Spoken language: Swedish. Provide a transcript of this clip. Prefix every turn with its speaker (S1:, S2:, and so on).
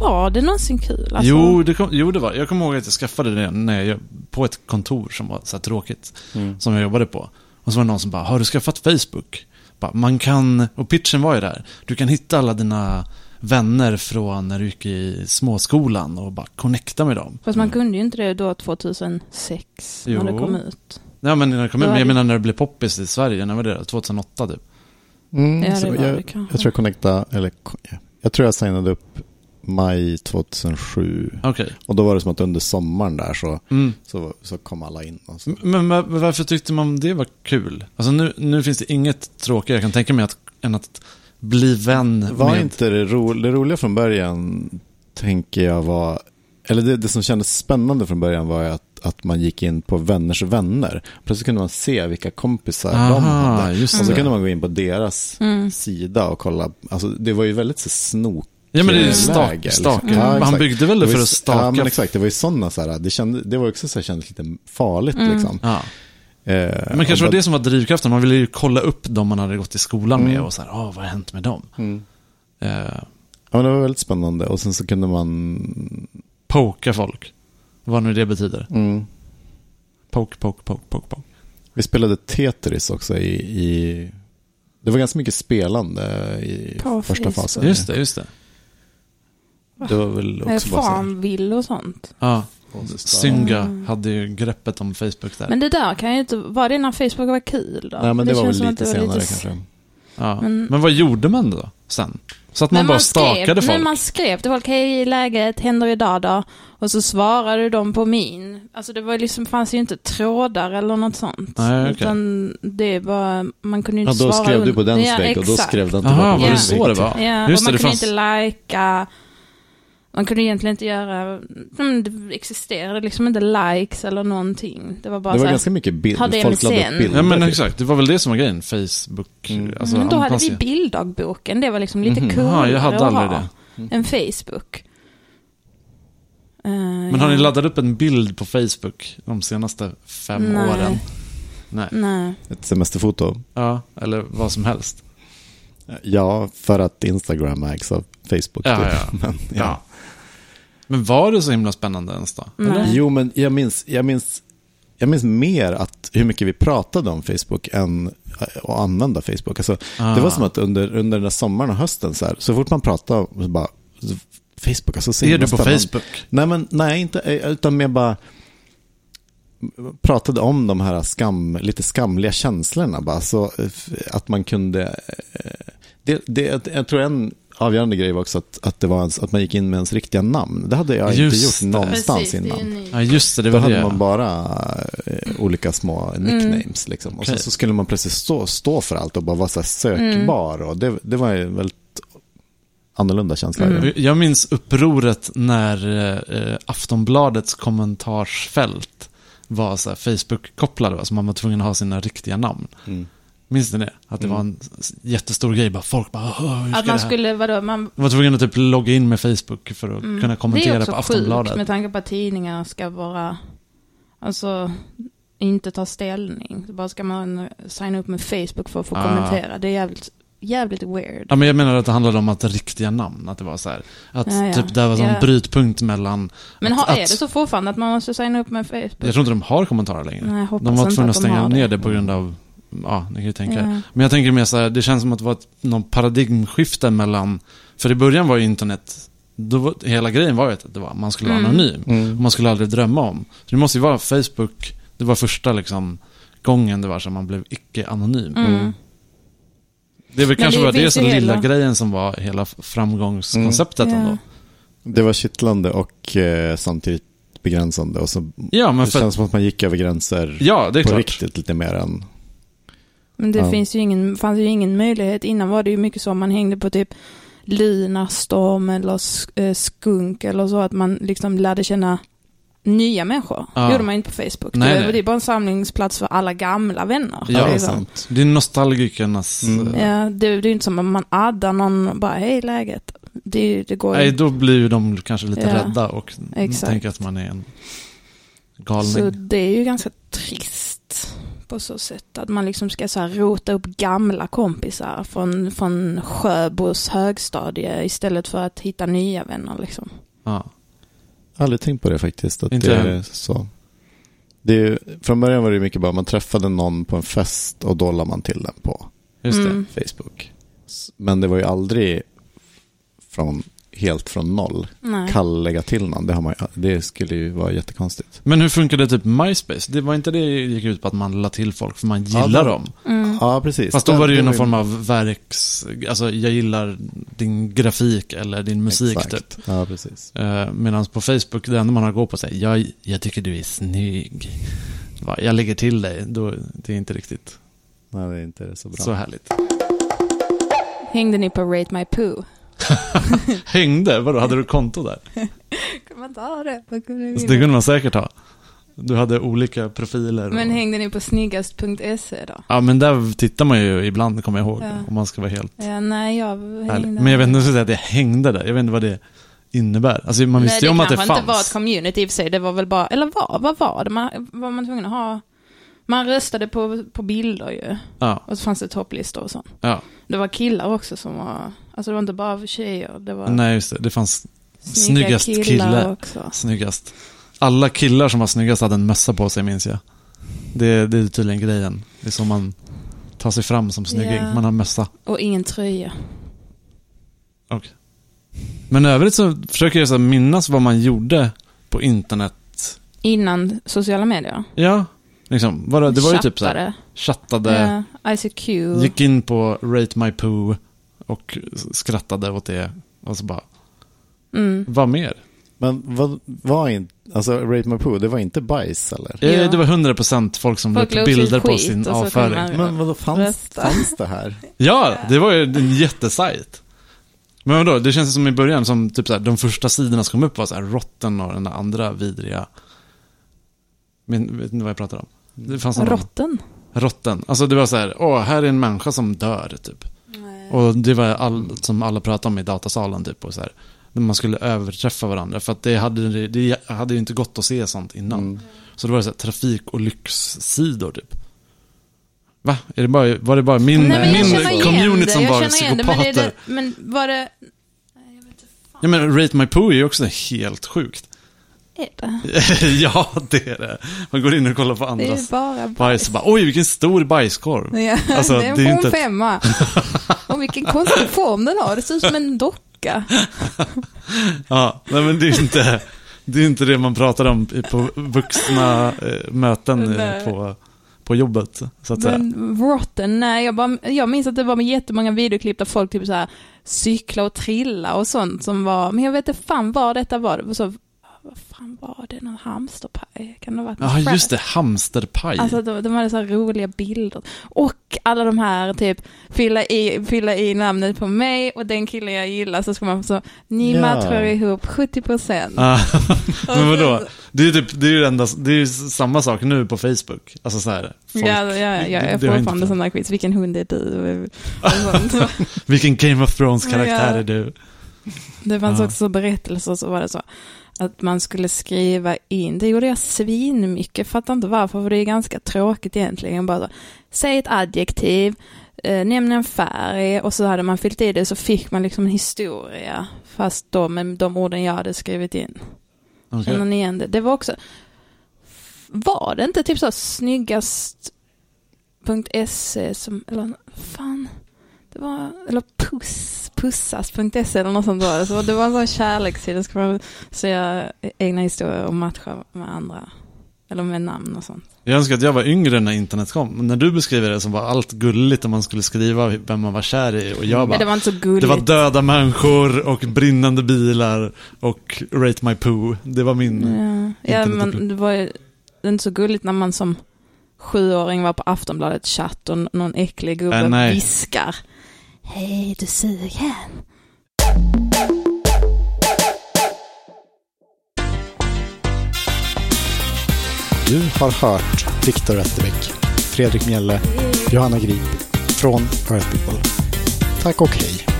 S1: Var det någonsin kul? Alltså,
S2: Jo, det kom, jo, det var Jag kommer ihåg att jag skaffade det när jag, på ett kontor som var så här tråkigt.
S3: Mm.
S2: Som jag jobbade på. Och så var det någon som bara, har du skaffat Facebook? Bara, man kan, och pitchen var ju där, du kan hitta alla dina vänner från när du gick i småskolan och bara connecta med dem.
S1: Fast man kunde ju inte det då 2006 när det
S2: Jo.
S1: kom ut.
S2: Nej, men när det kom ut,
S1: Ja,
S2: men jag
S1: det-
S2: menar när det blev poppis i Sverige, när var det? 2008 typ.
S3: Mm,
S1: Ja, det
S3: så
S1: var det
S3: jag,
S1: kanske.
S3: jag tror jag connecta, eller ko- ja. jag tror jag signade upp maj 2007.
S2: Okej.
S3: Och då var det som att under sommaren där så,
S2: Mm.
S3: så, så kom alla in. Och så.
S2: Men, men var- varför tyckte man det var kul? Alltså nu, nu finns det inget tråkigare jag kan tänka mig att, än att bli vän
S3: Var
S2: med...
S3: inte det, ro, det roliga från början, tänker jag var, eller det, det som kändes spännande från början var ju att, att man gick in på vänners vänner. Plötsligt kunde man se vilka kompisar de
S2: Aha,
S3: hade.
S2: just
S3: Och så
S1: Mm.
S2: det.
S3: kunde man gå in på deras sida och kolla. Alltså, det var ju väldigt så snok.
S2: Ja men det är ju
S3: läge,
S2: stak,
S3: liksom.
S2: staken.
S3: Ja,
S2: han
S3: exakt.
S2: byggde väl det
S3: Det var
S2: för
S3: ju-
S2: att staka.
S3: Ja, men exakt. Det var ju sådana så här, det, kände, det var också så här, kändes lite farligt
S1: Mm.
S3: liksom.
S2: Ja.
S3: Eh,
S2: Men kanske
S3: och
S2: var
S3: bara-
S2: det som var drivkraften. Man ville ju kolla upp de man hade gått i skolan med
S3: Mm.
S2: och så här, ah, vad har hänt med dem? Eh,
S3: Ja, men det var väldigt spännande. Och sen så kunde man...
S2: poka folk. Vad nu det betyder.
S3: Mm.
S2: Poke, poke, poke, poke, poke.
S3: Vi spelade Tetris också i... i det var ganska mycket spelande i
S1: På
S3: första
S1: Facebook.
S3: fasen.
S2: Just det, just det.
S3: Det var väl
S1: Eh,
S3: också bara så här-
S1: Farmville och sånt.
S2: Ja, Synga
S1: Mm.
S2: hade ju greppet om Facebook där.
S1: Men det där kan ju inte, var det när Facebook var kul då?
S3: Nej, men det, var
S1: känns
S3: väl
S1: som att
S3: lite
S1: det var
S3: senare
S1: s-
S3: kanske.
S2: ja. men,
S1: men-
S2: vad gjorde man då sen? Så att man
S1: Men
S2: bara
S1: skrev,
S2: stakade folk?
S1: Men man skrev till folk, hej läget, händer idag då? Och så svarade de på min. Alltså det var liksom, fanns ju inte trådar eller något sånt.
S2: Nej, okej.
S1: Utan det var, man kunde ju
S3: Ja,
S1: inte
S3: då
S1: svara
S3: skrev du
S1: under-
S3: på den
S1: ja,
S3: vägg och då
S1: exakt.
S3: skrev den
S2: Aha,
S3: tillbaka på
S2: var det
S3: din
S2: så
S3: vägg.
S2: det var?
S1: Ja,
S2: Just
S1: och man
S2: det,
S1: kunde
S2: det fanns-
S1: inte lajka. Man kunde egentligen inte göra, mm, det existerade liksom inte likes eller någonting. Det var bara
S3: Det
S1: så
S3: var
S1: här,
S3: ganska mycket bild.
S1: hade
S3: Folk lade
S1: MSN.
S3: upp bilder.
S2: Ja men
S3: typ.
S2: exakt, det var väl det som var grejen. Facebook,
S3: Mm.
S2: alltså
S1: men då hade vi
S2: anpassning.
S1: bilddagboken, det var liksom lite
S3: Mhm.
S1: coolare
S2: Ja, jag hade
S1: att
S2: aldrig
S1: ha
S2: det. Mm.
S1: än Facebook. Eh,
S2: Men har ni
S1: ja.
S2: laddat upp en bild på Facebook de senaste fem
S1: Nej. Mm.
S2: åren? Nej.
S1: Nej.
S3: Ett semesterfoto.
S2: Ja, eller vad som helst.
S3: Ja, för att Instagram ägs av Facebook.
S2: Ja,
S3: typ.
S2: ja.
S3: Men, ja.
S2: Ja. Men var det så himla spännande ens då?
S1: Nej.
S3: Jo, men jag minns, jag minns, jag minns mer att hur mycket vi pratade om Facebook än eh, att använda Facebook. Alltså, Det
S2: Ah.
S3: var som att under, under den där sommaren och hösten, så, här, så fort man pratade om så bara, så- Facebook, alltså så
S2: Är
S3: himla
S2: du på
S3: spännande.
S2: Facebook?
S3: Nej, men nej, inte, eh, utan mer bara pratade om de här skam, lite skamliga känslorna. Bara, så, eh, f- att man kunde... eh, Det, det, jag- jag tror en avgörande grej var också att, att, det var ens, att man gick in med ens riktiga namn. Det hade jag inte
S2: Just
S3: gjort
S2: det.
S3: någonstans
S1: det är
S3: innan.
S1: ju ny.
S2: Ja, just det, det
S3: Då
S2: var det.
S3: hade man bara eh, olika små
S1: Mm.
S3: nicknames. Liksom. Och sen
S2: Okej.
S3: så skulle man plötsligt stå, stå för allt och bara vara så här
S1: Mm.
S3: sökbar. Och det, det var ju en väldigt annorlunda känsla.
S2: Mm. Jag minns upproret när eh, Aftonbladets kommentarsfält var så här Facebook-kopplade, alltså man var tvungen att ha sina riktiga namn.
S3: Mm.
S2: Minns ni det? Att det var en s- jättestor grej, bara folk bara, "Åh, hur ska
S1: Att man
S2: det här?
S1: skulle, vadå, man...
S2: Man var tvungen att typ logga in med Facebook för att
S1: Mm.
S2: kunna
S1: det är
S2: kommentera
S1: också
S2: på
S1: sjukt
S2: Aftonbladet.
S1: med tanke på att tidningarna ska vara, alltså, inte ta ställning. Så Bara ska man signa upp med Facebook för att få
S2: Ah.
S1: kommentera. Det är jävligt, jävligt weird.
S2: Ja, men jag menar att det handlade om att riktiga namn, att det var så här. Att
S1: Ja, ja.
S2: typ det var en
S1: Ja.
S2: brytpunkt mellan...
S1: Men
S2: att,
S1: har, är
S2: att-
S1: det så fortfarande att man måste signa upp med Facebook?
S2: Jag tror inte de har kommentarer längre.
S1: Nej, jag hoppas
S2: de var
S1: inte
S2: tvungna att
S1: att de
S2: stänga
S1: har
S2: ner det på grund av... Ja, ni kan ju tänka er.
S1: Ja.
S2: Men jag tänker mer så här, det känns som att det var ett, någon paradigmskifte mellan... För i början var ju internet... Då var, hela grejen var ju att det var, man skulle vara
S1: Mm.
S2: anonym. Och man skulle aldrig drömma om. Så det måste ju vara Facebook, det var första liksom gången det var så man blev icke-anonym.
S1: Mm.
S2: Det är
S1: Men
S2: väl kanske
S1: det
S2: bara det
S1: finns
S2: som
S1: ju
S2: lilla
S1: hela-
S2: grejen som var hela f- framgångskonceptet
S1: Mm.
S2: ändå.
S3: Det var kittlande och eh, samtidigt begränsande. Och så,
S2: Ja, men
S3: det
S2: för att,
S3: känns som att man gick över gränser
S2: ja, det är
S3: på
S2: klart.
S3: riktigt lite mer än...
S1: Men det
S3: Ja.
S1: finns ju ingen, fanns ju ingen möjlighet. Innan var det ju mycket så man hängde på typ Lunarstorm eller sk- eh, Skunk eller så. Att man liksom lärde känna nya människor.
S2: Ja.
S1: Det gjorde man ju inte på Facebook.
S2: Nej,
S1: det,
S2: nej.
S1: det är bara en samlingsplats för alla gamla vänner.
S2: Ja,
S1: det,
S2: det är
S1: är så.
S3: sant.
S2: Det är nostalgikernas...
S3: Mm.
S2: eh,
S1: ja, det, det är ju inte som att man addar någon och bara hej läget. Det, det går ju
S2: Nej, då blir ju de kanske lite
S1: Ja,
S2: rädda och
S1: exakt.
S2: tänker att man är en
S1: Så
S2: galning.
S1: det är ju ganska trist på så sätt att man liksom ska så här rota upp gamla kompisar från, från Sjöbos högstadie istället för att hitta nya vänner liksom.
S2: Ja.
S3: Aldrig tänkt på det faktiskt. Att
S2: Inte
S3: det
S2: jag.
S3: är så. Det är ju, från början var det ju mycket bara man träffade någon på en fest och då la man till den på
S2: Just det.
S1: Mm.
S3: Facebook. S- Men det var ju aldrig från, helt från noll.
S1: Nej.
S3: Kall lägga till någon, det, har man, ju- det skulle ju vara jättekonstigt.
S2: Men hur funkade typ MySpace? Det var inte det det gick ut på att man la till folk för man gillar
S3: Ja, det-
S2: dem?
S1: Mm.
S3: Ja, precis.
S2: Fast då var det ju
S3: Den-
S2: någon form av verks... Alltså jag gillar din grafik eller din musik
S3: Exakt.
S2: typ.
S3: Ja, precis.
S2: Uh, Medan på Facebook, det enda man har att gå på säger jag, jag tycker du är snygg. Va, Jag lägger till dig, då, det är inte riktigt
S3: Nej, det är inte så bra.
S2: så härligt.
S1: Hängde ni på Rate My Poo?
S2: Hängde, vadå, hade du konto där?
S1: Kan man inte ha det? Vad kunde vi
S2: Så det
S1: vilja?
S2: kunde man säkert ha. Du hade olika profiler. och-
S1: Men hängde ni på snyggast.se då?
S2: Ja, men där tittar man ju ibland, kommer jag ihåg,
S1: Ja.
S2: om man ska vara helt
S1: Ja, nej, jag
S2: ärlig.
S1: hängde...
S2: Men jag vet inte, jag skulle säga att jag hängde där, jag vet inte vad det innebär. Alltså man visste ju om att det
S1: Nej, det kanske inte var ett
S2: fanns.
S1: community i och för sig. Det var väl bara, eller var, vad var det? Man, var man tvungen att ha? Man röstade på, på bilder ju.
S2: Ja,
S1: Och så fanns det topplistor och sånt.
S2: ja.
S1: Det var killar också som var, alltså det var inte bara för tjejer. Det var
S2: Nej, just det, det fanns
S1: snygga
S2: snyggast
S1: killar
S2: killar.
S1: också.
S2: Snyggast. Alla killar som var snyggast hade en mössa på sig minns jag. Det, det är tydligen grejen. Det är så man tar sig fram som snygging.
S1: Ja.
S2: Man har mössa.
S1: Och ingen tröja.
S2: Men i övrigt så försöker jag så här minnas vad man gjorde på internet.
S1: Innan sociala medier.
S2: Ja, liksom. Var det, det var ju typ så här,
S1: Chattade. Eh,
S2: chattade,
S1: Ja, ICQ.
S2: gick in på Rate My Poo och skrattade åt det. Och så bara,
S1: Mm.
S2: vad mer?
S3: Men vad var inte, alltså Rate My Poo, det var inte bajs eller?
S1: Ja.
S2: Eh, Det var 100% folk som la
S1: Folk la
S2: upp
S1: upp sin
S2: bilder på
S1: skit
S2: sin
S1: och så kunde
S2: avföring.
S1: man- Ja.
S3: Men vadå, fanns,
S1: Rösta.
S3: fanns det här?
S2: Ja, det var ju en jättesajt. Men vadå, det känns som i början, som typ så här, de första sidorna som kom upp var så här rotten och den där andra vidriga. Men vet ni vad jag pratar om? Det fanns någon
S1: Rotten.
S2: rotten. Alltså det var så här, åh, här är en människa som dör typ. Och det var allt som alla pratade om i datasalen typ och så här. När man skulle överträffa varandra, för att det hade, det hade ju inte gått att se sånt innan.
S3: Mm.
S2: Så det var så här, trafik och lyxsidor typ. Va? Är det bara, var det bara min,
S1: Nej, men jag känner
S2: min
S1: igen
S2: community
S1: det,
S2: som
S1: jag
S2: var
S1: känner igen det, men,
S2: psykopater?
S1: är det, men var det,
S2: Ja men Rate My Poo är ju också helt sjukt.
S1: är det?
S2: ja, det är det. Man går in och kollar på
S1: Det är ju
S2: andras
S1: bara
S2: bajs och bara, oj vilken stor bajskorv.
S1: Ja,
S2: Alltså,
S1: det är
S2: det är ju
S1: en
S2: inte
S1: form
S2: ett-
S1: femma. Och vilken konstig form den har. Det ser ut som en docka.
S2: Ja, nej men det är ju inte, det är ju inte det man pratar om i- på vuxna eh, möten eh,
S1: Nej.
S2: på, på jobbet. Så att säga.
S1: Men rotten, nej. Jag, bara, jag minns att det var med jättemånga videoklipp där folk typ så här cykla och trilla och sånt som var, men jag vet inte fan vad detta var. Det var så, vad fan var det? Någon hamsterpaj? Kan det ha varit någon
S2: Ja,
S1: fräs?
S2: just det, hamsterpaj.
S1: Alltså de, de hade så här roliga bilder. Och alla de här typ, fylla i, fylla i namnet på mig och den killen jag gillar så ska man så, ni
S3: Ja.
S1: matchar ihop 70%.
S2: Ah, men
S1: Och sen-
S2: vadå? Det är ju typ, det är ju det enda, det är ju samma sak nu på Facebook. Alltså så här, folk,
S1: Ja, ja, ja, jag
S2: det-
S1: är
S2: det har inte
S1: fortfarande
S2: fan-
S1: sådana quiz. Vilken hund är du? Och sånt.
S2: vilken Game of Thrones-karaktär
S1: Ja.
S2: är du?
S1: Det fanns
S2: Ja.
S1: också berättelser så var det så att man skulle skriva in. Det gjorde jag svin mycket. Fattar inte varför, för det är ganska tråkigt egentligen. Bara så, säg ett adjektiv, eh, nämn en färg och så hade man fyllt i det så fick man liksom en historia. Fast då med de orden jag hade skrivit in.
S2: Okej.
S1: Känner ni igen det? Det var också, var det inte typ så snyggast.se E som, eller fan, det var, eller puss, pussas.se E eller något sånt var det. Så det var en sån kärlekssida, ska man säga egna historier och matcha med andra, eller med namn och sånt.
S2: Jag önskar att jag var yngre när internet kom. Men när du beskriver det som var allt gulligt och man skulle skriva vem man var kär i och jag
S1: Men Mm,
S2: bara...
S1: det var inte så gulligt.
S2: Det var döda människor och brinnande bilar och Rate My Poo. Det var min...
S1: Mm. Ja, ja
S2: Internet-
S1: men det var ju inte så gulligt när man som sjuåring var på Aftonbladet chatt och n- någon äcklig gubbe
S2: Äh, nej.
S1: viskar. Hej, du sugen?
S4: Du har hört Viktor Östervik, Fredrik Mjelle, Johanna Grip från Earth People. Tack och hej.